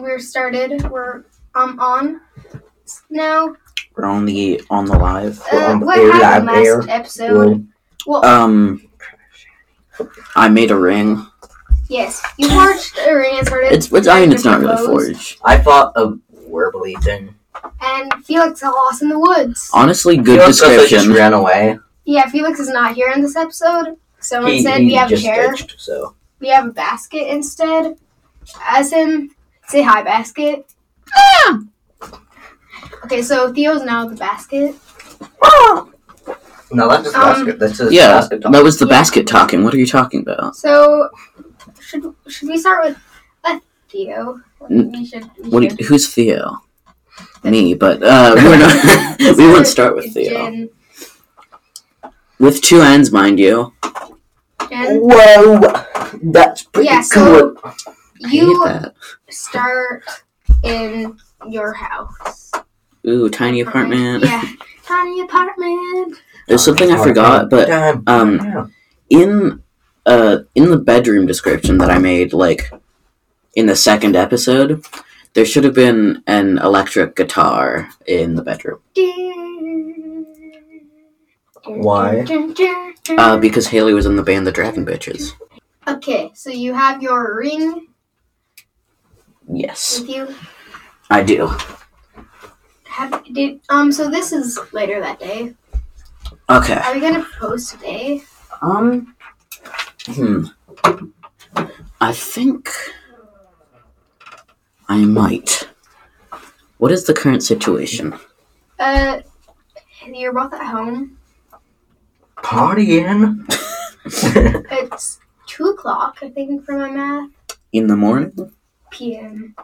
we're started. We're um on now. We're on the on the live. We're Uh, on the what air, happened live last air. episode? Well, Um, I made a ring. yes, you forged a ring and started. It's it's I mean it's not really different clothes, forged. I fought a Werbley thing. And Felix got lost in the woods. Honestly, good Felix also description. just ran away. yeah, Felix is not here in this episode. Someone he said he we have a just chair. ditched, so We have a basket instead. As in, say hi, basket. Okay, so Theo's now the basket. Ah! no, that's just Um, basket. That's just yeah, basket talk. that was the basket talking. What are you talking about? So, should should we start with uh, Theo? N- We should. We What? should. do you- who's Theo? Me, but uh, we're not. we wouldn't start with Theo. Jen, With two ends, mind you. Jen, Whoa, that's pretty Yeah, so- cool. you I hate that. start in your house. Ooh, tiny apartment. Yeah, tiny apartment. There's something I forgot, but um, in uh in the bedroom description that I made like in the second episode, there should have been an electric guitar in the bedroom. Why? Uh because Haley was in the band The Dragon Bitches. Okay, so you have your ring Yes, with you. I do. Have did um so this is later that day. Okay. Are we gonna post today? Um Hmm. I think I might. What is the current situation? Uh you're both at home. partying. It's two o'clock, I think, for my math. In the morning? PM.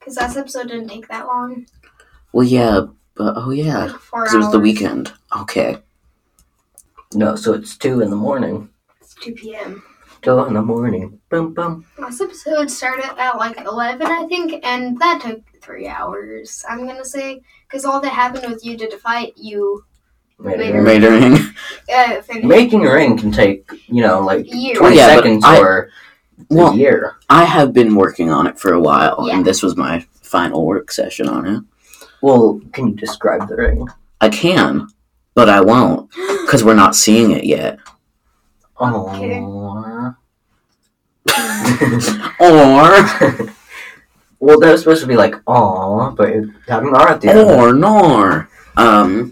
Cause last episode didn't take that long. Well yeah, but oh yeah. Like four Because it was the hours. weekend. Okay. no, so it's two in the morning. It's two PM. Two in the morning. Boom, boom. Last episode started at like eleven, I think, and that took three hours. I'm gonna say, because all that happened was you did a fight. You Made Later. a ring. Mating. uh, finished. Making a ring can take you know like Years. twenty Yeah, but seconds I- or Well, a year. I have been working on it for a while, Yeah. and this was my final work session on it. Well, can you describe the ring? I can, but I won't, because we're not seeing it yet. Okay. Oh. Or, well, that was supposed to be like aw, but it had an R at the end. or, nor. Um,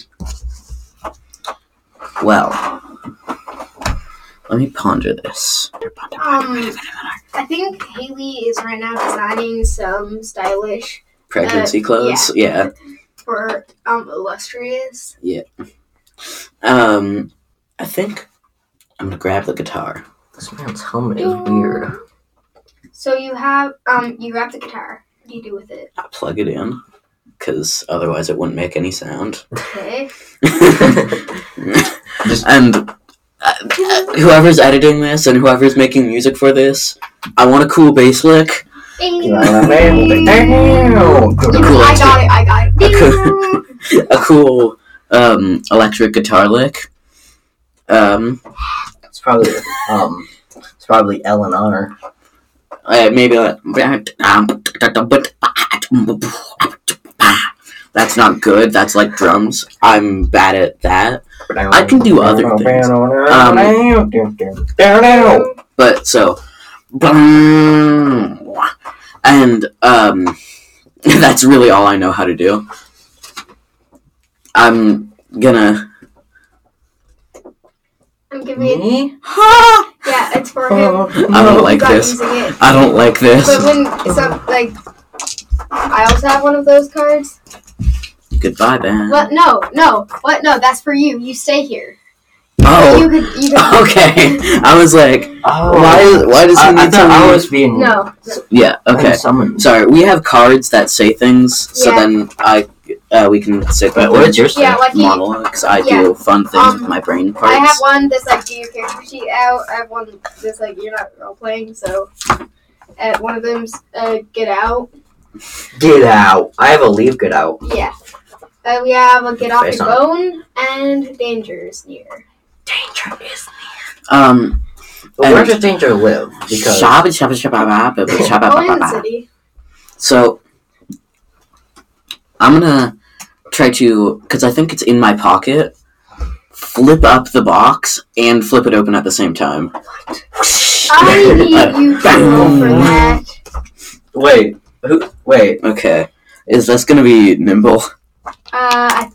well, let me ponder this. Um, I think Haley is right now designing some stylish Pregnancy clothes? Yeah. for um illustrious. Um, I think I'm gonna grab the guitar. This man's helmet is weird. So you have um you grab the guitar. What do you do with it? I plug it in, because otherwise it wouldn't make any sound. Okay. and uh, uh, whoever's editing this and whoever's making music for this, I want a cool bass lick. Ding. Damn! Cool. I got it. I got it. Ding. a cool um, electric guitar lick. Um, It's probably um, it's probably L and R. uh, maybe like that's not good. That's like drums. I'm bad at that. I can do other things. Um, But so, and um, that's really all I know how to do. I'm gonna. I'm giving. me? Yeah, it's for him. I Oh, don't like you got this. using it. I don't like this. But when so like I also have one of those cards. Goodbye, man. What? No, no. What? No, that's for you. You stay here. Oh, You could. You could. okay. I was like, why? Oh. why does he I, I need thought to I leave? was being No. yeah. being Okay. summoned. Sorry, we have cards that say things, so Yeah. then I uh, we can sit Wait, with what is your Yeah, like you. monologues. I yeah. do fun things Um, with my brain parts. I have one that's like do your character sheet out. I have one that's like you're not role playing. So, uh, one of them's uh, get out. Get out! I have a leave. Get out. Yeah. Uh, we have a get off Face your bone and danger is near. Danger is. um, But And- where does danger live? Because shabba shabba shabba babba, shabba Oh, in babba the babba. city. So I'm gonna try to because I think it's in my pocket. Flip up the box and flip it open at the same time. I need you to roll for Bang. that. Wait, who? Wait, Okay, is this gonna be nimble? Uh, I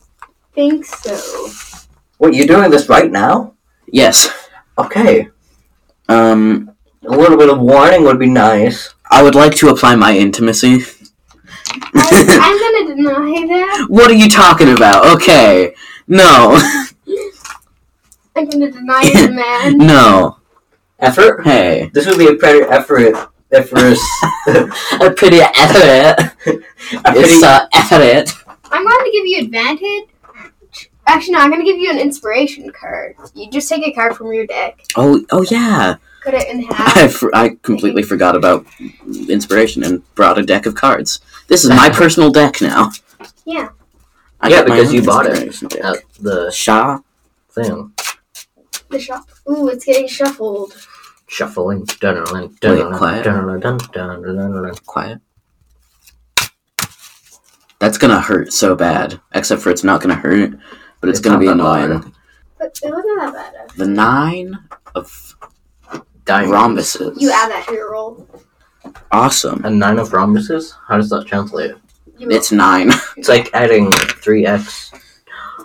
think so. wait, you're doing this right now? Yes. Okay, Um, a little bit of warning would be nice. I would like to apply my intimacy. I, I'm gonna deny that. what are you talking about? Okay, no, I'm gonna deny it, man. no. Effort. Hey, This would be a pretty effort. Effort's a pretty effort. a pretty, a effort. I'm going to give you advantage. Actually, no, I'm going to give you an inspiration card. You just take a card from your deck, Oh, oh yeah. cut it in half. I, for- I completely forgot about inspiration and brought a deck of cards. This is my personal deck now. Yeah. I Yeah, got my because own you bought it. inspiration deck. at the Shaw. thing The shuffle. Ooh, it's getting shuffled. shuffling. Dun dun Wait, quiet. dun dun dun dun dun. Quiet. That's gonna hurt so bad. Except for it's not gonna hurt, but it's, It's gonna not be that annoying. But it wasn't that bad. The nine of Diamond. rhombuses. You add that to your roll. Awesome. A nine of rhombuses? How does that translate? You It's nine. It's like adding three x.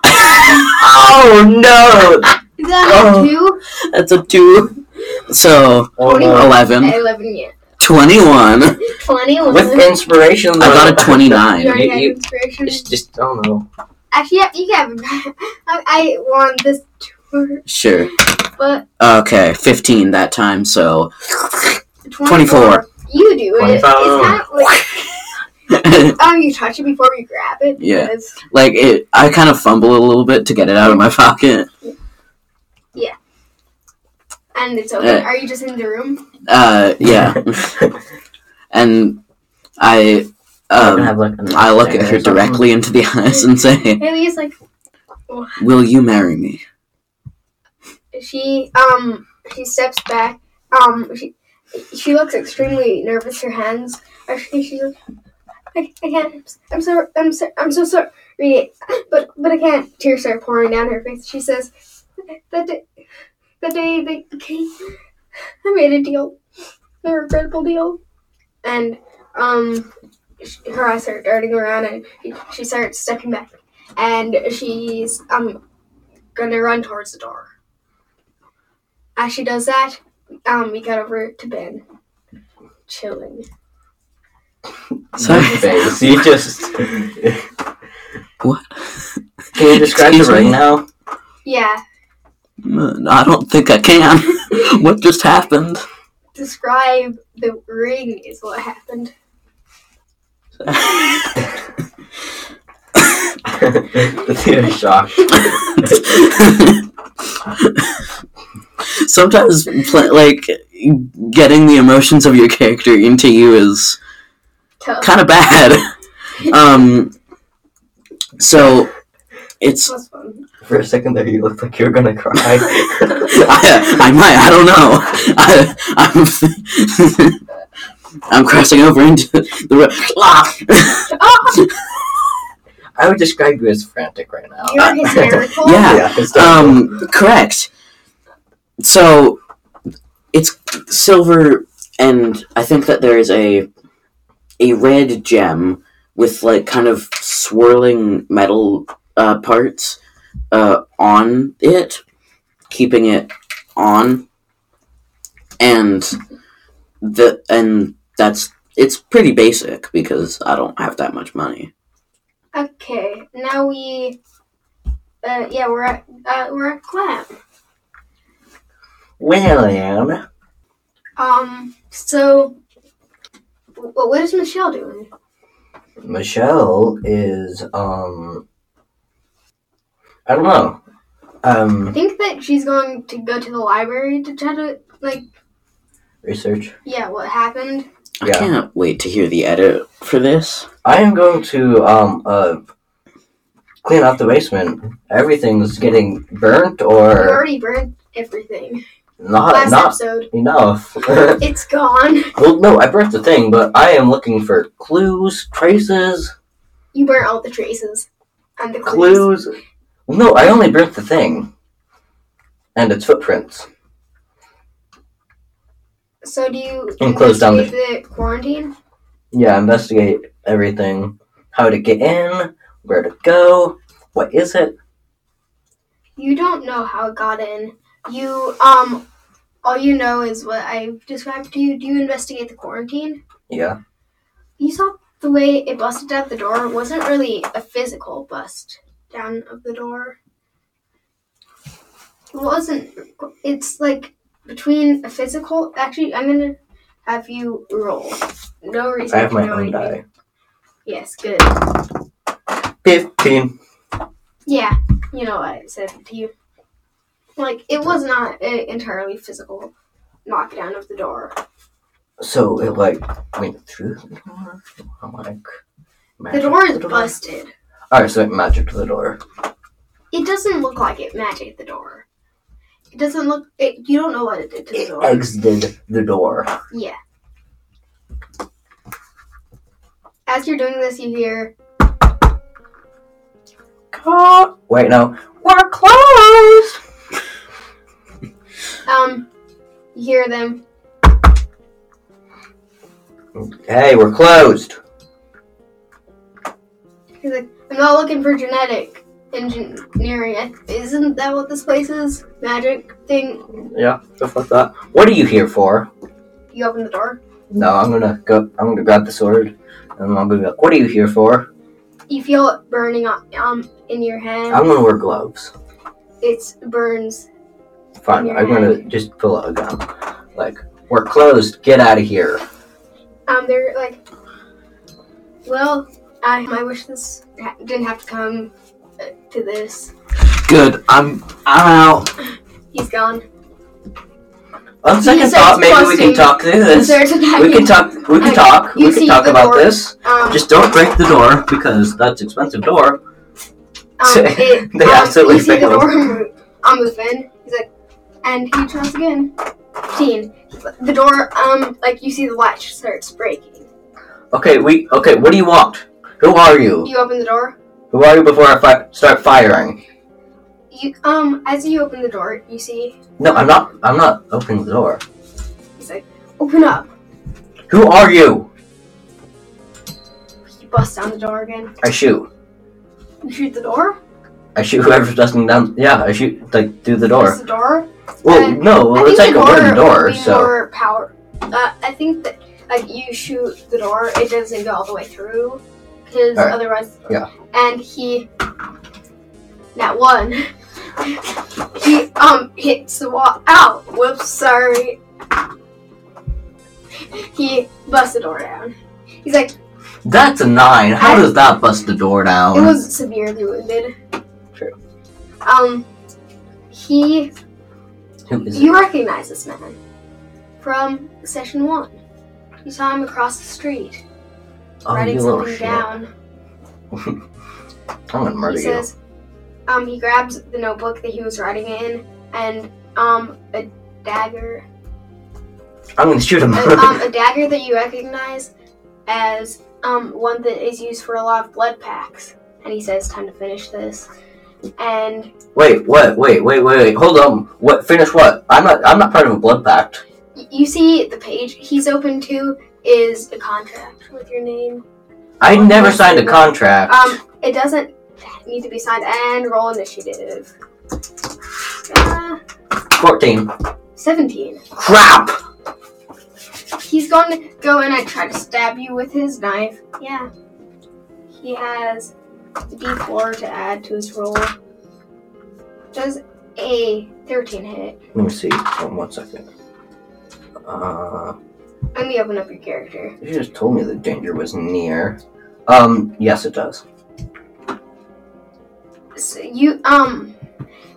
oh no! Is that Oh. a two? That's a two. So Oh, no. eleven. Eleven, yeah. Twenty-one. Twenty-one. With inspiration, I got a you twenty-nine. already had you- you- inspiration. It's just oh no. Actually, yeah, you can have. I, I won this tour, Sure. but Okay, fifteen that time. So 24. 24. You do it. It's 25. not like oh, you touch it before you grab it. Yeah. because- like it i kind of fumble a little bit to get it out of my pocket And it's open. Uh, Are you just in the room? uh yeah and i I'm gonna um have, like, a i look at nightmare her or something. directly into the eyes and say Haley is like will you marry me she um she steps back. Um she she looks extremely nervous. Her hands are shaking. She's like, I, I can't. I'm so I'm so I'm so sorry. But but I can't. Tears are pouring down her face. She says, "That day, that day they came. I made a deal, a regrettable deal." And um, sh- her eyes start darting around, and she- she starts stepping back, and she's um gonna run towards the door. As she does that, um, we cut over to Ben, chilling. Sorry. Face. You just What? Can you describe Excuse the ring me? now? Yeah, Mm, i don't think i can what just happened describe the ring is what happened. the theater shock. sometimes pl- like getting the emotions of your character into you is Tough. kind of bad um so it's was fun. For a second there, you looked like you were gonna cry. I, I might. I don't know. I, I'm, I'm crossing over into the road. Ah! Oh, I would describe you as frantic right now. you're hysterical. Yeah. it's um, correct. So it's silver, and I think that there is a a red gem with like kind of swirling metal uh, parts uh, on it, keeping it on, and the and that's it's pretty basic because I don't have that much money. Okay, now we. Uh, yeah, we're at uh, we're at Clam. William. Um, so. wh- What is Michelle doing? Michelle is um I don't know. I Um think that she's going to go to the library to try to like research. yeah what happened. I Yeah. can't wait to hear the edit for this. I am going to um uh clean out the basement. Everything's getting burnt We or already burnt everything. Not Last Uh, not episode. enough. It's gone. well, no, I burnt the thing, but I am looking for clues, traces, You burnt all the traces and the clues. clues. Well, no, I only burnt the thing, and its footprints. So do you And close down the- investigate the quarantine? Yeah, investigate everything. How to get in? Where to go? What is it? You don't know how it got in. You um, all you know is what I described to you. Do you investigate the quarantine? Yeah. You saw the way it busted out the door It wasn't really a physical bust down of the door. It wasn't. It's like between a physical. Actually, I'm gonna have you roll. No reason. I have to my know own anything. die. Yes, good. Fifteen. Yeah, you know what I said to you. Like it was not an entirely physical knockdown of the door. So it like went through the door. I'm like. The magic door is the door? busted. Alright, so it magic to the door. It doesn't look like it magic the door. It doesn't look. It, you don't know what it did to the It door. exited the door. Yeah. As you're doing this, you hear Ca- Wait, no. We're closed! um, you hear them. Hey, we're closed! He's like, I'm not looking for genetic engineering. I- Isn't that what this place is? Magic thing. Yeah, stuff like that. What are you here for? You open the door. No, I'm gonna go. I'm gonna grab the sword, and I'm gonna be like, "What are you here for?" You feel it burning on, um in your hand. I'm gonna wear gloves. It burns. Fine, Your I'm gonna just pull out a gun. Like, we're closed. Get out of here. Um, they're like, well, I I wish this ha- didn't have to come uh, to this. Good. I'm I'm out. He's gone. On second said it's thought, maybe we closed can and- talk through Is this. there a We can genetic- talk. We can I- talk. you We can see talk the about door. this. Um, Just don't break the door because that's expensive door. Um, it, They um, absolutely you see the failed. door move, um, move in. He's like, and he tries again. Teen. The door, um, like you see the latch starts breaking. Okay, we. Okay, what do you want? Who are you? You open the door. Who are you before I fi- start firing? You um, as you open the door, you see No, I'm not. I'm not opening the door. he's like, open up. Who are you? You bust down the door again. I shoot. You shoot the door. I shoot whoever's dusting down. Yeah, I shoot like through the Close door. the door. Well, Uh, no, I well, think it's like the a wooden would door, be so more power. Uh, I think that like you shoot the door, it doesn't go all the way through, because Alright. otherwise. Yeah. And he, that one, he um hits the wall. Ow! Whoops! Sorry. He busts the door down. He's like, that's a nine. How I- does that bust the door down? it was severely wounded. True. Um, he Who is You recognize this man from session one. You saw him across the street, it? Oh, writing you little something shit! down. I'm gonna murder He you. says, um, he grabs the notebook that he was writing in and um a dagger, I'm gonna shoot him. a, um, a dagger that you recognize as um one that is used for a lot of blood packs. And he says, "Time to finish this." And wait, what? Wait, wait, wait, wait. Hold on. What? Finish what? I'm not. I'm not part of a blood pact. y- you see the page he's open to is a contract with your name. I Oh, never yes, signed a you were. contract. Um, it doesn't need to be signed. And roll initiative. Uh, Fourteen. Seventeen. Crap. He's going to go in and try to stab you with his knife. Yeah. He has D4 to add to his roll. Does a thirteen hit? Let me see. Hold on one second. Uh, Let me open up your character. you just told me the danger was near. Um, yes, it does. So you um,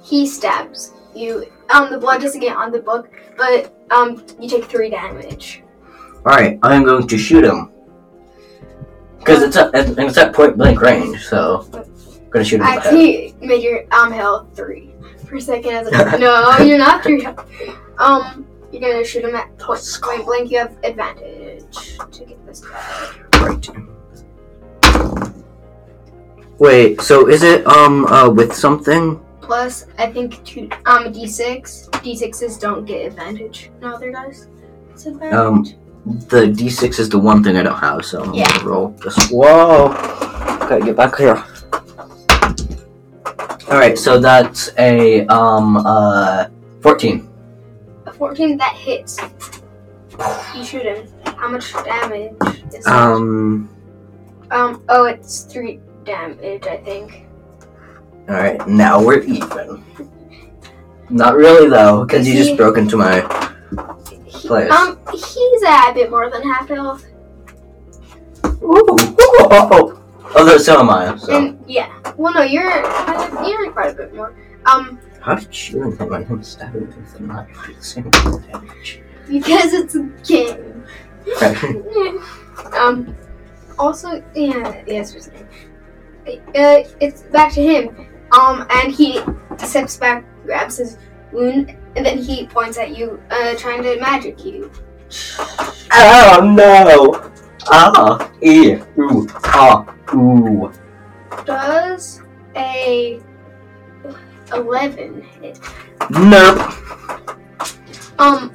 he stabs you. Um, the blood doesn't get on the book, but um, you take three damage. Alright, I'm going to shoot him. Because it's at, and it's at point blank range, so I'm gonna shoot him in the head. Actually, made your um health three for a second. I was like, no, you're not three. Um, you're gonna shoot him at point, point blank. You have advantage to get this guy. Right. Wait, so is it um uh with something? Plus, I think two um a d6. D6s don't get advantage. No other dice. It's advantage. Um, The d6 is the one thing I don't have, so I'm Yeah. gonna roll this. Whoa! Gotta get back here. Alright, so that's a um uh 14. a 14 that hits. You shoot him. How much damage is Um it? Um, oh, it's three damage, I think. alright, now we're even. Not really though, because you just broke into my He- place. um, he's at a bit more than half health. Ooh, oh, oh, oh. Although so am I. So. And yeah, well, no, you're you're quite a bit more. Um, How did you and him and him stab him with a knife? Do the same damage. because it's a game. um, also, yeah, yes, what's his name? Uh, it's back to him. Um, and he steps back, grabs his wound, and then he points at you, uh, trying to magic you. oh no! Ah, e, ooh, ah, ooh. Does a eleven hit? Nope. Um,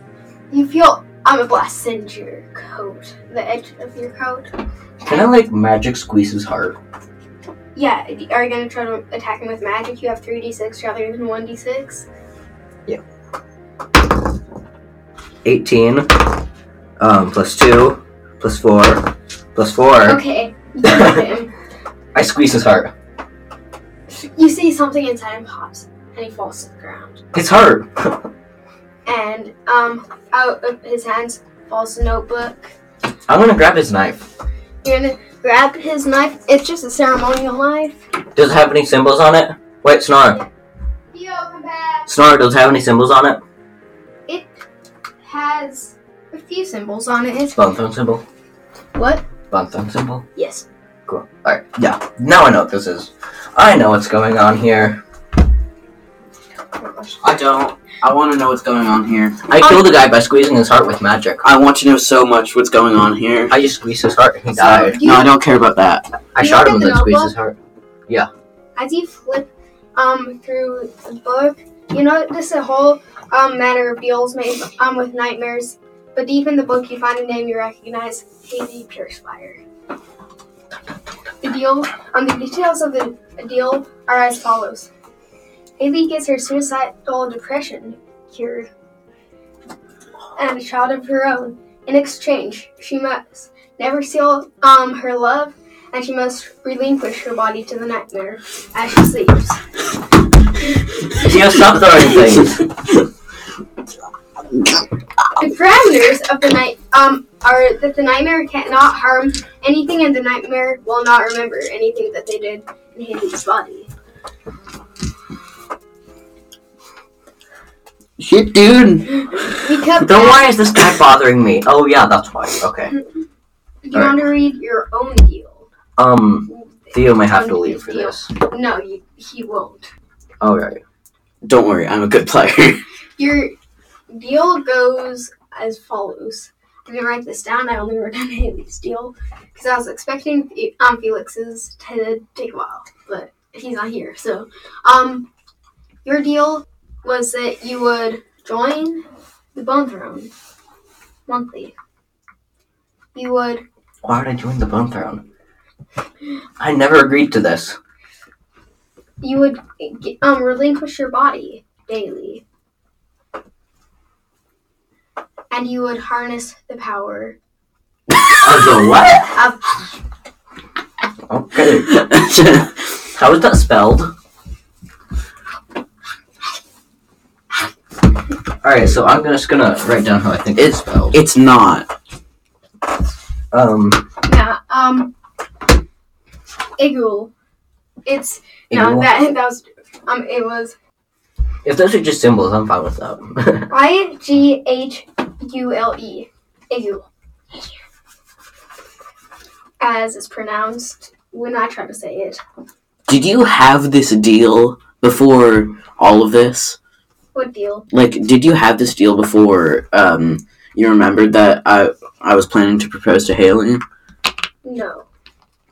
you feel I'm a blast send your coat, the edge of your coat. Can I like magic squeeze his heart? Yeah, are you gonna try to attack him with magic? You have three d six rather than one d six. 18, um, plus 2, plus 4, plus 4. Okay, you hit him. I squeeze his heart. You see something inside him pops, and he falls to the ground. His heart! And um, out of his hands falls a notebook. I'm gonna grab his knife. You're gonna grab his knife. It's just a ceremonial knife. Does it have any symbols on it? Wait, Snarl. Yo, come back. Snarl, does it have any symbols on it? It has a few symbols on it. Bonthorn symbol. What? Bonthorn symbol. Yes. Cool. Alright, yeah. Now I know what this is. I know what's going on here. I don't. I want to know what's going on here. I killed a guy by squeezing his heart with magic. I want to know so much what's going on here. I just squeezed his heart and he So, died. you- no, I don't care about that. I you shot look him and at then the squeezed notebook? his heart. As you flip um through the book, you notice a whole um matter of deals made um with nightmares. But deep in the book, you find a name you recognize: Haley Piercefire. The deal um the details of the deal are as follows: Haley gets her suicidal depression cured and a child of her own. In exchange, she must never seal um her love, and she must relinquish her body to the nightmare as she sleeps. Geo, stop throwing things. The parameters of the night um are that the nightmare cannot harm anything, and the nightmare will not remember anything that they did in Haley's body. Shit, dude. We kept then that. why is this guy bothering me? Oh yeah, that's why. Okay. You want to read your own deal? Um, Theo may have to leave for this. Oh, No, you, he won't. Alright. Don't worry, I'm a good player. Your deal goes as follows. I'm gonna write this down. I only wrote down Haley's deal because I was expecting um Felix's to take a while, but he's not here. So, um, your deal was that you would join the Bone Throne monthly. You would Why would I join the Bone Throne? I never agreed to this. you would g- um relinquish your body daily, and you would harness the power I go what? of Okay. How is that spelled? Alright, so I'm just gonna write down how I think it's spelled. it's not. Um, Yeah, um, Igul. It's no Igul? that that was um it was if those are just symbols, I'm fine with that. I G H U L E Igul. As it's pronounced when I try to say it. Did you have this deal before all of this? What deal? Like, did you have this deal before? Um, you remembered that I I was planning to propose to Haley. No.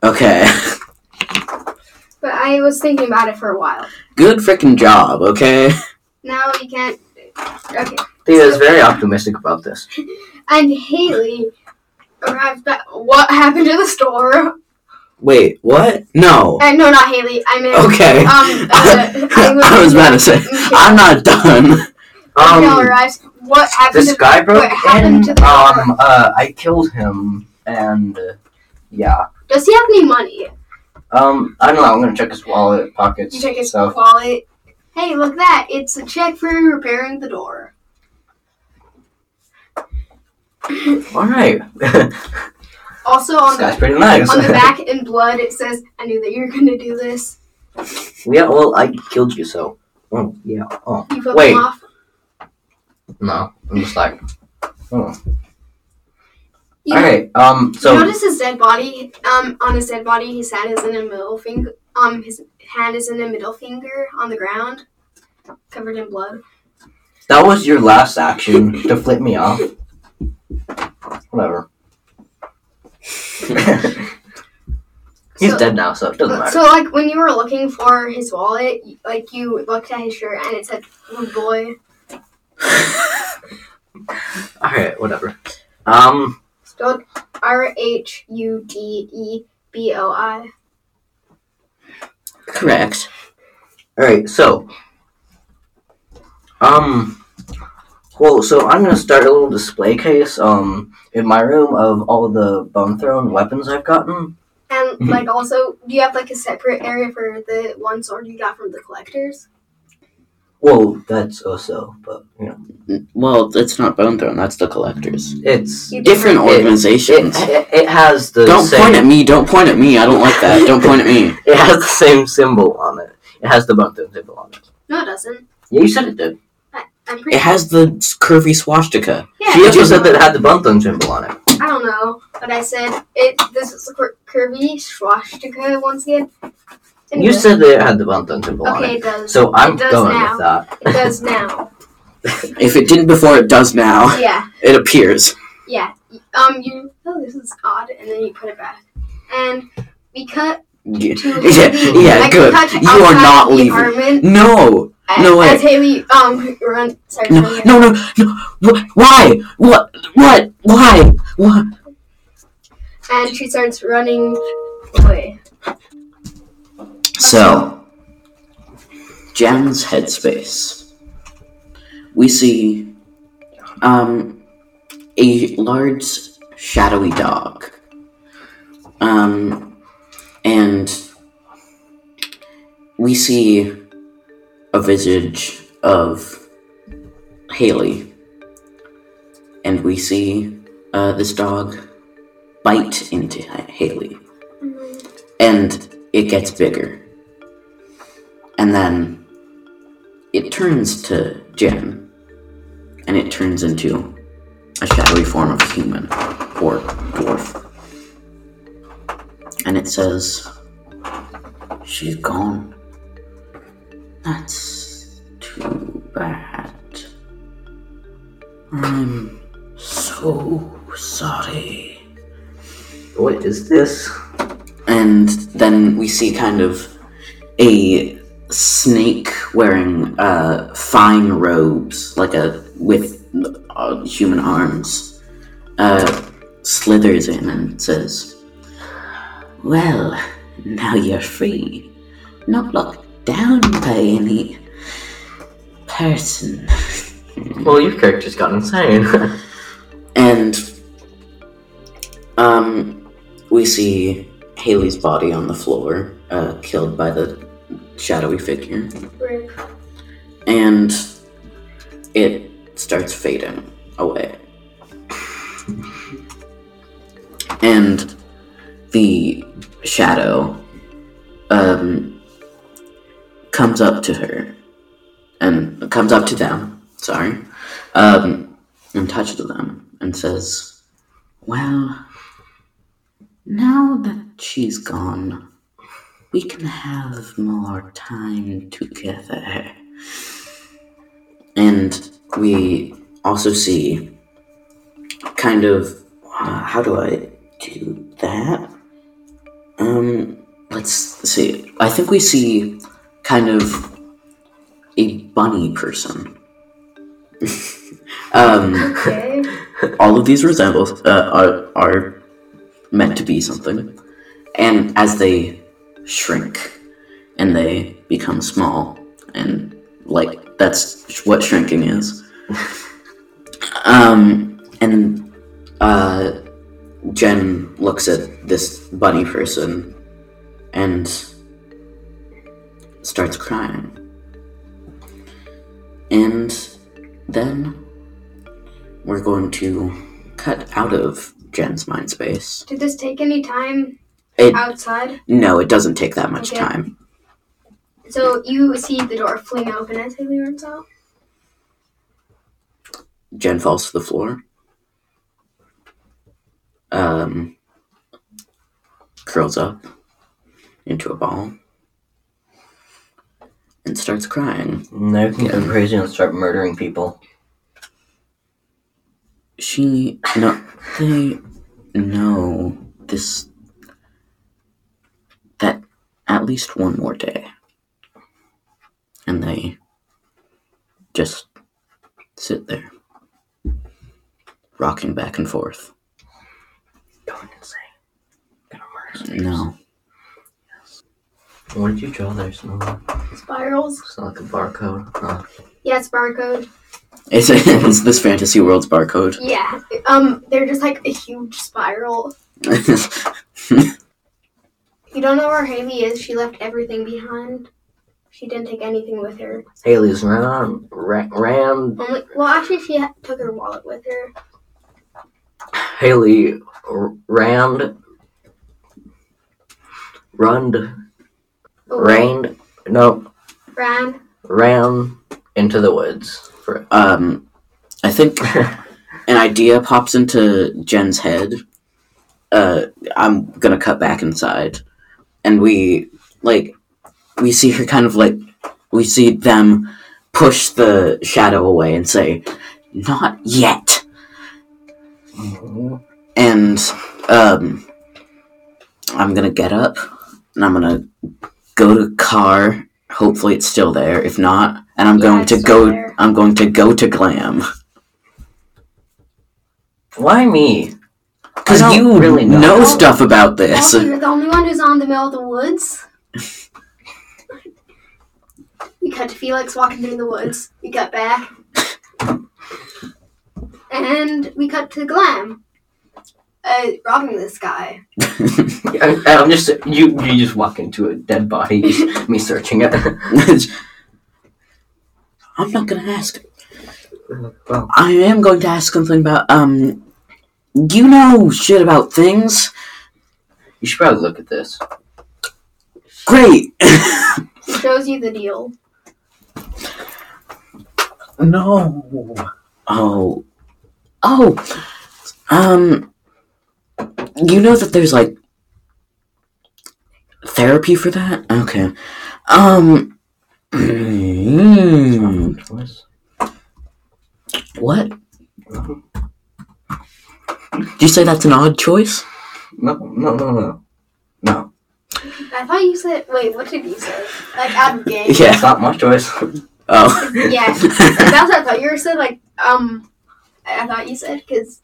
Okay, But I was thinking about it for a while. good freaking job. Okay, Now you can't. Okay. Thea is very optimistic about this. And Haley arrives back. What happened to the store? wait, what? No. Uh, no, not Haley. I meant. Okay. Um, uh, I was- I was about to say I'm not done. Um, Michelle arrives. What happened this to guy broke what happened in. to Um, the uh, I killed him, and uh, yeah. Does he have any money? Um, I don't know. I'm gonna check his wallet, pockets, You check his stuff. wallet. Hey, look that! It's a check for repairing the door. All right. this Also on guy's the pretty nice. on the back in blood it says, "I knew that you were gonna do this." yeah. Well, I killed you, so. Oh yeah. Oh You put Wait. them off. no. I'm just like. You All right. Um. you So. notice his dead body. Um, on his dead body, his hand is in a middle finger. Um, his hand is in a middle finger on the ground, covered in blood. That was your last action to flip me off. Whatever. He's So- dead now, so it doesn't matter. So, like when you were looking for his wallet, y- like you looked at his shirt and it said "rude boy." Alright, whatever. Um, Spelled R H U D E B O I. Correct. alright, so. Um, well, so I'm gonna start a little display case, um, in my room of all the bone thrown weapons I've gotten. And Mhm. like also, do you have like a separate area for the one sword you got from the collectors? Well, that's also, but, you know. Well, it's not Bone Throne. That's the collectors. It's. You Different It- It, organizations. it, it has the don't same. point at me. Don't point at me. I don't like that. Don't point at me. It has the same symbol on it. It has the bone thrown symbol on it. No, it doesn't. Yeah, you said it did. I'm pretty. It has the curvy swastika. yeah, she I also don't said that know. it had the Bunthun symbol on it. I don't know, but I said it. This is a cur- curvy swastika once again. You said that it had the Bunthun symbol Okay, on it does. it. So I'm does going now. with that. it does now. If it didn't before, it does now. Yeah, It appears. yeah. Um, you. Oh, this is odd, and then you put it back, and because Yeah, to yeah, Haley, yeah, like, good. touch You are outside not the leaving. apartment No, as- No way. Uh, As Haley, um, run, sorry, no, running. no, no, no. Wh- Why? What? What? Why? What? and she starts running away. So, Jen's headspace. We see, um, a large shadowy dog. Um, and we see a visage of Haley. And we see uh, this dog bite into Ha- Haley and it gets bigger. And then it turns to Jan, and it turns into a shadowy form of a human or dwarf. And it says, She's gone. That's too bad. I'm so sorry. What is this? and then we see kind of a snake wearing uh, fine robes, like a with uh, human arms, uh, slithers in and says, "Well, now you're free, not locked down by any person." Well, your character's gone insane. And um, we see Haley's body on the floor, uh, killed by the shadowy figure, Rip. and it starts fading away. And the shadow um, comes up to her and comes up to them, sorry, um, and touches them and says, Well, now that she's gone, we can have more time together. we also see kind of uh, how do I do that? Um, let's see. I think we see kind of a bunny person. um, Okay. all of these resembles uh, are are meant to be something, and as they shrink, and they become small, and like that's what shrinking is. um, and uh, Jen looks at this bunny person and starts crying, and then we're going to cut out of Jen's mind space. Did this take any time It outside? no, it doesn't take that much Okay. time. So you see the door fling open as Haley runs out. Jen falls to the floor. Um, curls up into a ball and starts crying. Now you can go crazy and start murdering people. She no they know this that at least one more day. And they just sit there rocking back and forth. Going insane. Gonna murder some No. people. What did you draw there, Snow? Spirals. It's not like a barcode. Oh. Yeah, it's barcode. It's, it's this fantasy world's barcode. Yeah. Um, they're just like a huge spiral. You don't know where Haley is. She left everything behind. She didn't take anything with her. Haley's ram, ra- ram. Only, well, actually, she ha- took her wallet with her. Haley r- rammed. Runned. Oh, Rained. No, Ran. ran into the woods. For, um, I think an idea pops into Jen's head. Uh, I'm gonna cut back inside, and we like we see her kind of like we see them push the shadow away and say, "Not yet." Mm-hmm. And um, I'm gonna get up and I'm gonna go to car. Hopefully, it's still there. If not, and I'm Yeah, going it's to still go. there. I'm going to go to glam. Why me? I Because don't you really know. know stuff about this. Also, you're the only one who's on the middle of the woods. you cut to Felix walking through the woods. We cut back. And we cut to Glam. Uh, robbing this guy. I, I'm just you. You just walk into a dead body. me searching it. I'm not gonna ask. well, I am going to ask something about um. You know shit about things. you should probably look at this. Great. Shows you the deal. no. Oh. Oh. Um. You know that there's like therapy for that. Okay. Um. hmm. What? No, Did you say that's an odd choice? no, no, no, no. I thought you said. Wait, what did you say? Like, out of game? It's not my choice. Um, Oh. Yeah. That's what I thought you were said. Like, um, I I thought you said because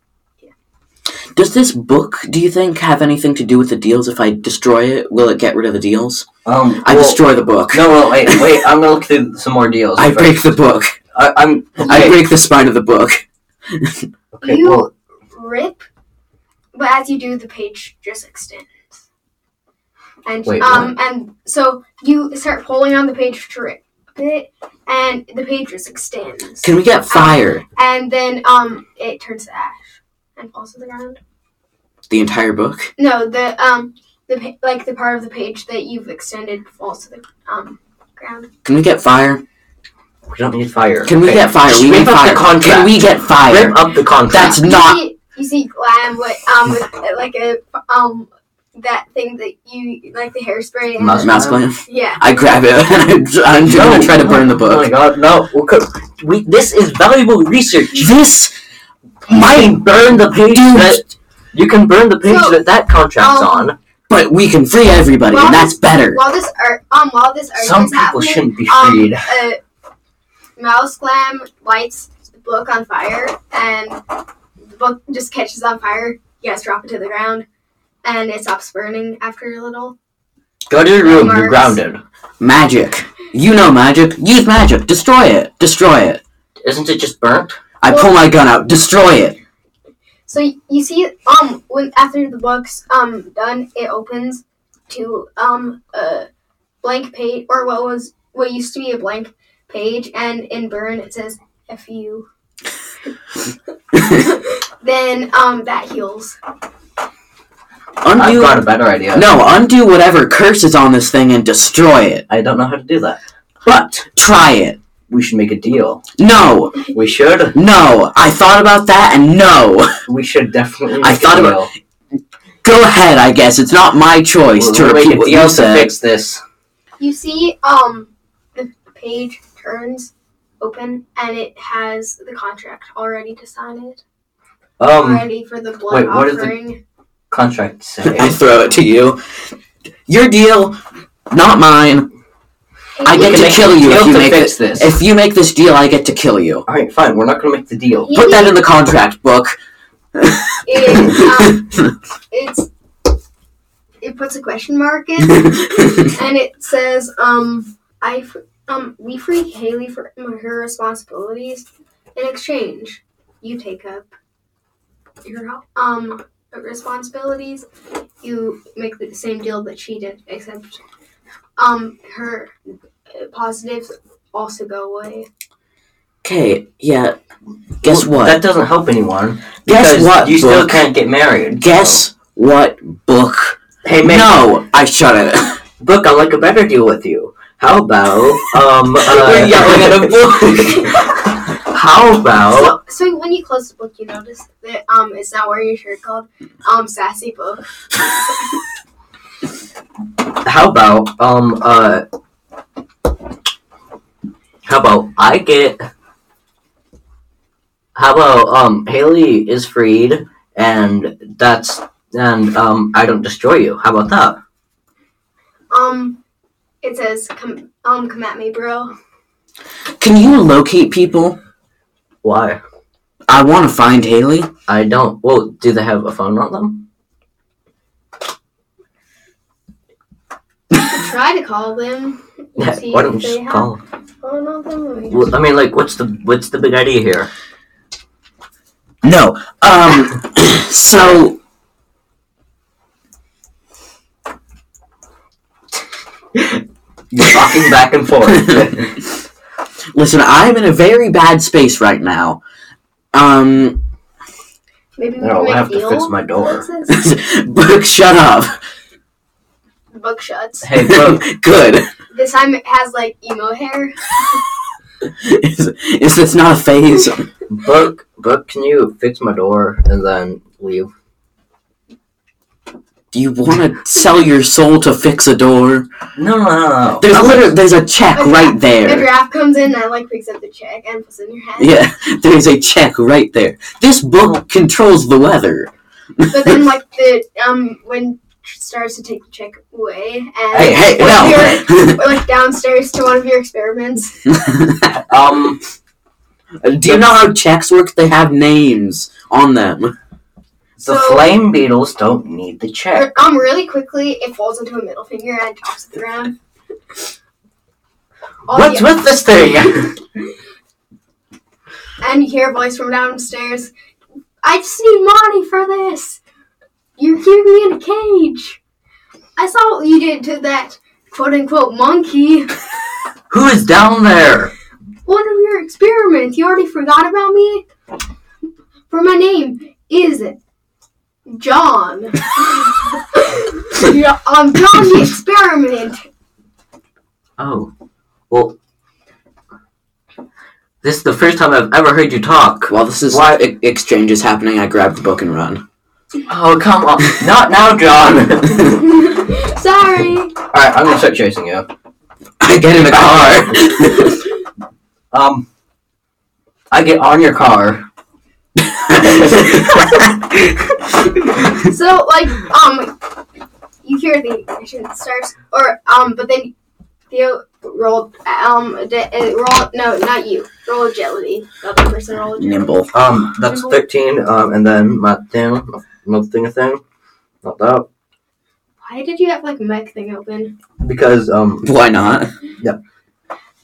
Does this book, do you think, have anything to do with the deals? If I destroy it, will it get rid of the deals? Um, I well, destroy the book. No, well, wait, wait. I'm gonna look through some more deals. I first. break the book. I, I'm. I wait, break the spine of the book. okay, you well, rip, but as you do, the page just extends. And Wait, um, and so you start pulling on the page to rip it, and the page just extends, Can we get fire? and then um, it turns to ash and falls to the ground. The entire book? No, the um, the pa- like the part of the page that you've extended falls to the um ground. Can we get fire? we don't need fire. Can we Okay. get fire? Just We rip need up fire. the contract. Can we get fire? rip up the contract? That's You not. see- you see glam with um with like a um that thing that you like the hairspray. And Mouse- Mouse clam. Yeah. I grab it and I, I'm No. gonna try to burn the Oh my book. god, no. We could, we, this is valuable research. This I might, can burn the page Dude. that. You can burn the page So, that that contract's um, on. but we can free everybody, Well, and that's better. While this art, um, while this art Some is people happening, shouldn't be um, freed. uh, Mouse Glam lights the book on fire, and the book just catches on fire. You guys drop it to the ground, and it stops burning after a little. Go to your room. Marks. You're grounded. Magic. You know magic. Use magic. Destroy it. Destroy it. Isn't it just burnt? I pull my gun out. Destroy it. So you, you see, um, when after the book's um done, it opens to um a blank page or what was what used to be a blank page, and in burn it says "f you." then um that heals. I've Undo. got a better idea. No, undo whatever curse is on this thing and destroy it. I don't know how to do that. But try it. We should make a deal. No, We should. no. I thought about that and no. We should definitely. Make I thought a about- deal. Go ahead, I guess. It's not my choice to We'll make repeat a what deal you to said. fix this. You see, um, the page turns open and it has the contract already to sign it, Um, already for the blood wait, what is the- offering. contract say. I throw it to you. Your deal, not mine. I We get can to make a kill you if deal you to make fix this. If you make this deal, I get to kill you. All right, fine. We're not gonna make the deal. You Put that need- in the contract book. it, um, it's it puts a question mark in and it says um i f- um we free haley for her responsibilities in exchange you take up your um responsibilities you make the same deal that she did except um her uh, positives also go away Okay, yeah. Guess Well, what? That doesn't help anyone. Guess because what, You still book? can't get married. Guess what book? So. Hey, man. No, I shut it. Book, I'll make a better deal with you. How about um? Uh, We're yelling at a book. How about so, so when you close the book you notice that um it's not wearing a shirt called um sassy book how about um uh? How about I get? How about um Haley is freed and that's and um I don't destroy you. How about that? Um, it says, "Come, um, come at me, bro." Can you locate people? Why? I want to find Haley. I don't. Well, do they have a phone on them? Try to call them. See Why don't we if they just have- call? Oh no, them. let me just- Well, I mean, like, what's the what's the big idea here? No. Um. so You're rocking back and forth. listen, I'm in a very bad space right now. Um. Maybe we can No, I make have to deal. fix my door. It says, Brooke, shut up. the book shuts. Hey, Brooke, Good. This time it has like emo hair. Is, is this not a phase? Brooke, Brooke, can you fix my door and then leave? Do you want to sell your soul to fix a door? No, no, no, no. There's I'm literally there's a check right The there. draft comes in and like picks up the check and puts it in your hand. Yeah, there's a check right there. This book controls the weather. But then like the um when she starts to take the check away and Hey, hey, we're here- no. we're like downstairs to one of your experiments. Um, Do you know how checks work? They have names on them. the So- flame beetles don't need the check. Um, really quickly, it falls into a middle finger and tops the ground. Oh, All What's the- with this thing? And you hear a voice from downstairs. I just need money for this. You threw me in a cage. I saw what you did to that quote unquote monkey. Who is down there? One of your experiments. You already forgot about me. For my name is John. Yeah, I'm John the experiment. Oh, well, this is the first time I've ever heard you talk. While this is Why- e- exchange is happening, I grab the book and run. Oh come on! Not now, Um, John. Sorry. All right, I'm gonna start chasing you. I get in the Um, I get on your car. car. So like um, you hear the ignition starts or um, but then Theo rolled um de- uh, roll no not you roll agility the other person roll agility. Nimble. Um, that's thirteen. Um, and then my thing, another thing, a thing, not that Why did you have like mech thing open? because um Why not?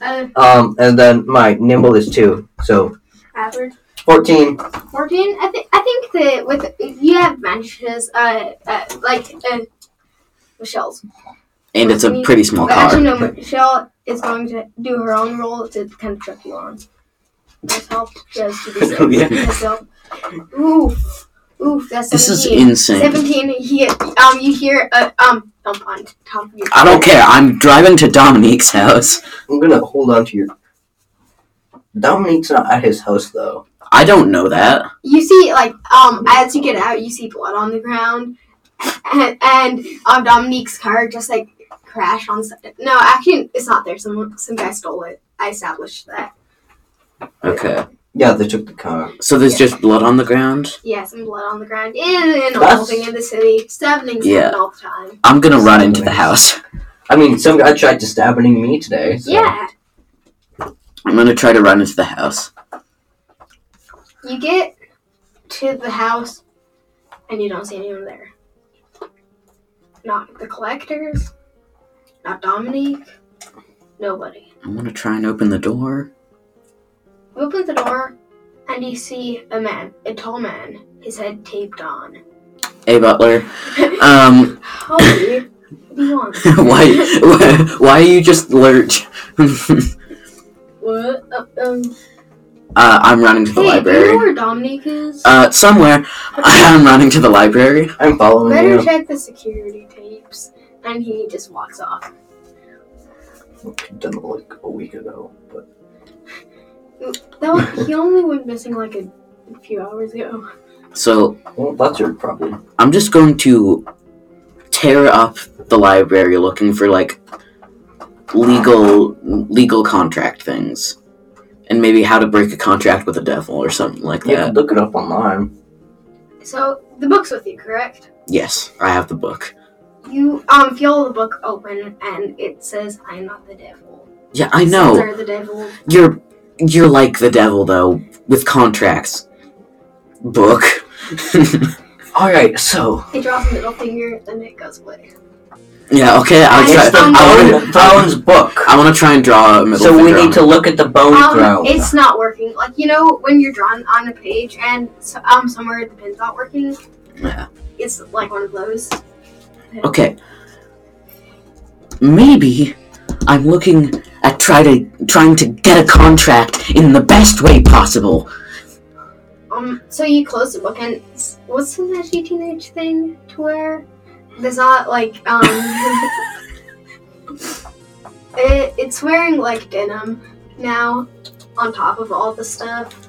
Uh, um and then my nimble is two, so average fourteen. fourteen. I think I think that with you have benches uh, uh like uh, Michelle's. And it's a pretty small But actually, car. no. Michelle is going to do her own role to kind of trip you on. Myself, just to be safe. Oh, Yeah. Myself. Oof, oof. That's This is seventeen. insane. Seventeen. He, um, you hear a um bump on top of you. I don't care. I'm driving to Dominique's house. I'm gonna hold on to your. Dominique's not at his house though. I don't know that. You see, like, um, as you get out, you see blood on the ground, and, and um, Dominique's car just like crashed on. s- No, actually, it's not there. Someone, some guy stole it. I established that. Okay. Yeah, they took the car. So there's just blood on the ground. Yeah, some blood on the ground. Is an That's- old thing in the city. Stabbing yeah. Yeah. all the time. I'm gonna run into the house. I mean, some guy tried to stabbing me today. So. Yeah. I'm gonna try to run into the house. You get to the house and you don't see anyone there. Not the collectors, not Dominique, nobody. I'm gonna try and open the door. You open the door and you see a man, a tall man, his head taped on. Hey Butler. Um Holy, what do you want? why why, why are you just lurch? uh, What? Uh, um, I'm running to the hey, do you know library. where Dominique is? Uh somewhere. I'm running to the library. I'm following Better you. check the security tapes. And he just walks off. Done it like a week ago, but Though he only went missing like a few hours ago. So well, that's your problem. I'm just going to tear up the library looking for like legal legal contract things. And maybe how to break a contract with the devil or something like You that. can look it up online. So the book's with you, correct? Yes, I have the book. You um feel the book open and it says, "I'm not the devil." Yeah, I know. Sons are the devil. You're you're like the devil though with contracts. Book. All right, so It draws a middle finger, then it goes away. yeah. Okay. I It's try. the I Bone want, Thrones book. I want to try and draw a middle So we finger need on to look at the Oh, Bone Um, Throne. it's not working. Like you know when you're drawn on a page and so, um somewhere the pin's not working. it. Yeah. It's like one of those. Okay. Maybe I'm looking at try to trying to get a contract in the best way possible. Um, so you close the book and s- what's the magic teenage thing to wear? There's not like um. it, it's wearing like denim now, on top of all the stuff.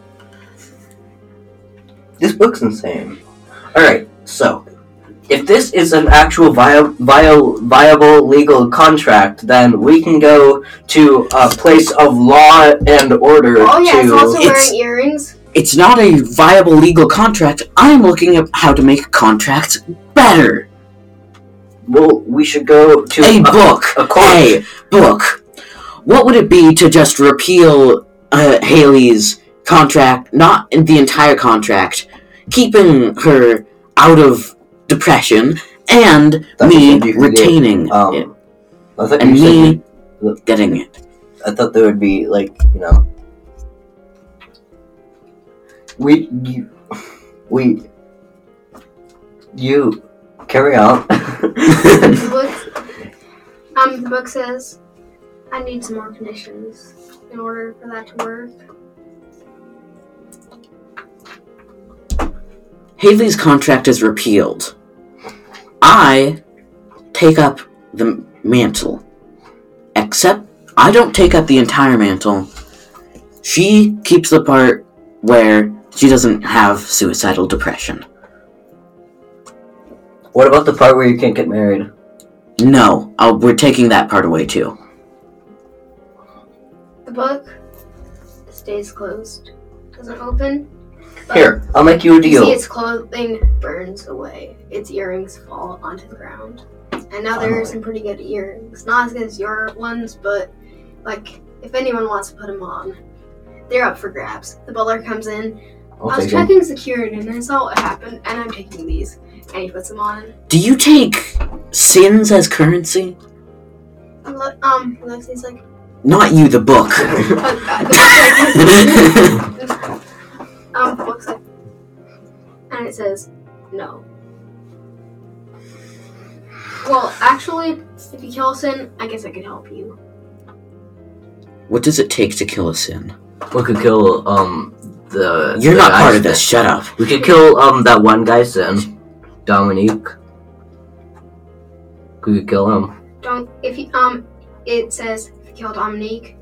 This book's insane. Alright, so. If this is an actual vi- vi- viable legal contract, then we can go to a place of law and order Oh yeah, it's to. also It's- wearing earrings. It's not a viable legal contract. I'm looking at how to make contracts better. well, we should go to A a- book. A court. Hey, book. What would it be to just repeal uh, Haley's contract, not the entire contract, keeping her out of depression, and That's me what you can do. retaining Um, it, I thought and you said me you- getting it? I thought there would be like you know, we you, we you carry out. The book, um, the book says, "I need some more conditions in order for that to work." Haley's contract is repealed. I take up the mantle. Except I don't take up the entire mantle. She keeps the part where she doesn't have suicidal depression. What about the part where you can't get married? No, I'll, we're taking that part away too. The book stays closed, doesn't open. but Here, I'll make you a You see deal. its clothing burns away. Its earrings fall onto the ground. And now there Finally. are some pretty good earrings. Not as good as your ones, but like if anyone wants to put them on, they're up for grabs. The butler comes in. I'll I was take it. checking security and I saw what happened, and I'm taking these. And he puts them on. Do you take sins as currency? And look, um, he looks. He's like, Not you, the book. oh, God. The book's like- um, the book's like, and it says no. Well, actually, if you kill sin, I guess I can help you. what does it take to kill a sin? We could kill um the. You're the not guy part of that- this. Shut up. We could kill um that one guy Sin, Dominique. We could kill him. Don't if you um, it says if you kill Dominique,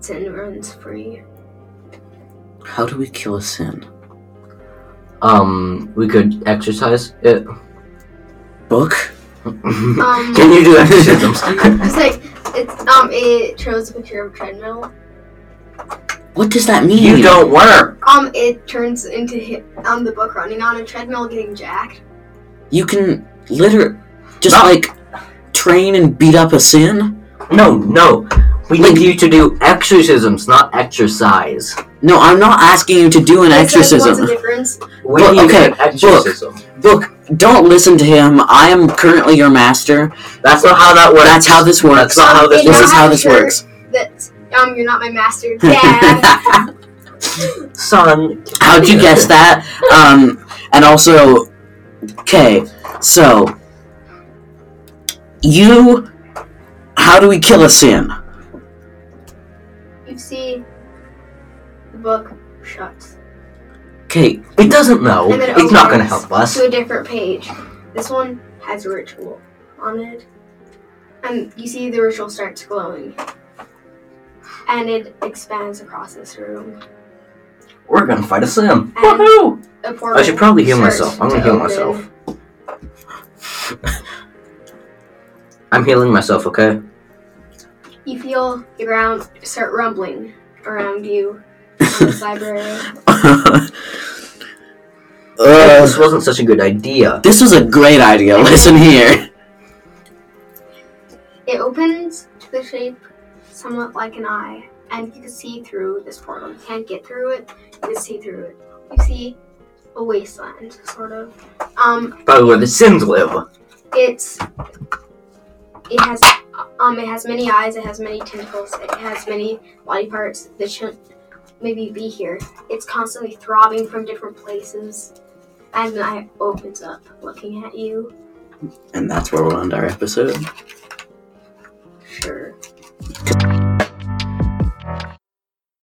sin runs free. How do we kill a sin? Um, we could exercise it. Book? Can Um, you do exorcisms? it's like it's um, it shows a picture of a treadmill. What does that mean? you don't work. Um, it turns into hi- um the book running on a treadmill, getting jacked. You can liter, just No. like train and beat up a sin. No, no. We Like- need you to do exorcisms, not exercise. No, I'm not asking you to do an It says What's the exorcism. difference? We Look, need okay, an exorcism. Look, don't listen to him. I am currently your master. That's not how that works. That's how this works. That's not how this It's not This is works. how how this sure- works. That um, you're not my master, Dad. Son. How'd you guess that? Um, and also, okay, so you, how do we kill a sin? you see, the book shuts Okay, It doesn't know. And then it It's not gonna opens. help us. to a different page. This one has a ritual on it, and you see the ritual starts glowing, and it expands across this room. We're gonna fight a sim. And Woohoo! A I should probably heal starts myself. I'm gonna to heal open. myself. I'm healing myself, okay? You feel the ground start rumbling around you. on this library. Uh, this wasn't such a good idea. this was a great idea. Listen here. It opens to the shape somewhat like an eye, and you can see through this portal. You can't get through it, you can see through it. You see a wasteland, sort of. Um, Probably where the Sims live. it's it has um it has many eyes, it has many tentacles, it has many body parts that shouldn't maybe be here. It's constantly throbbing from different places, and an eye opens up, looking at you. And that's where we'll end our episode. Sure.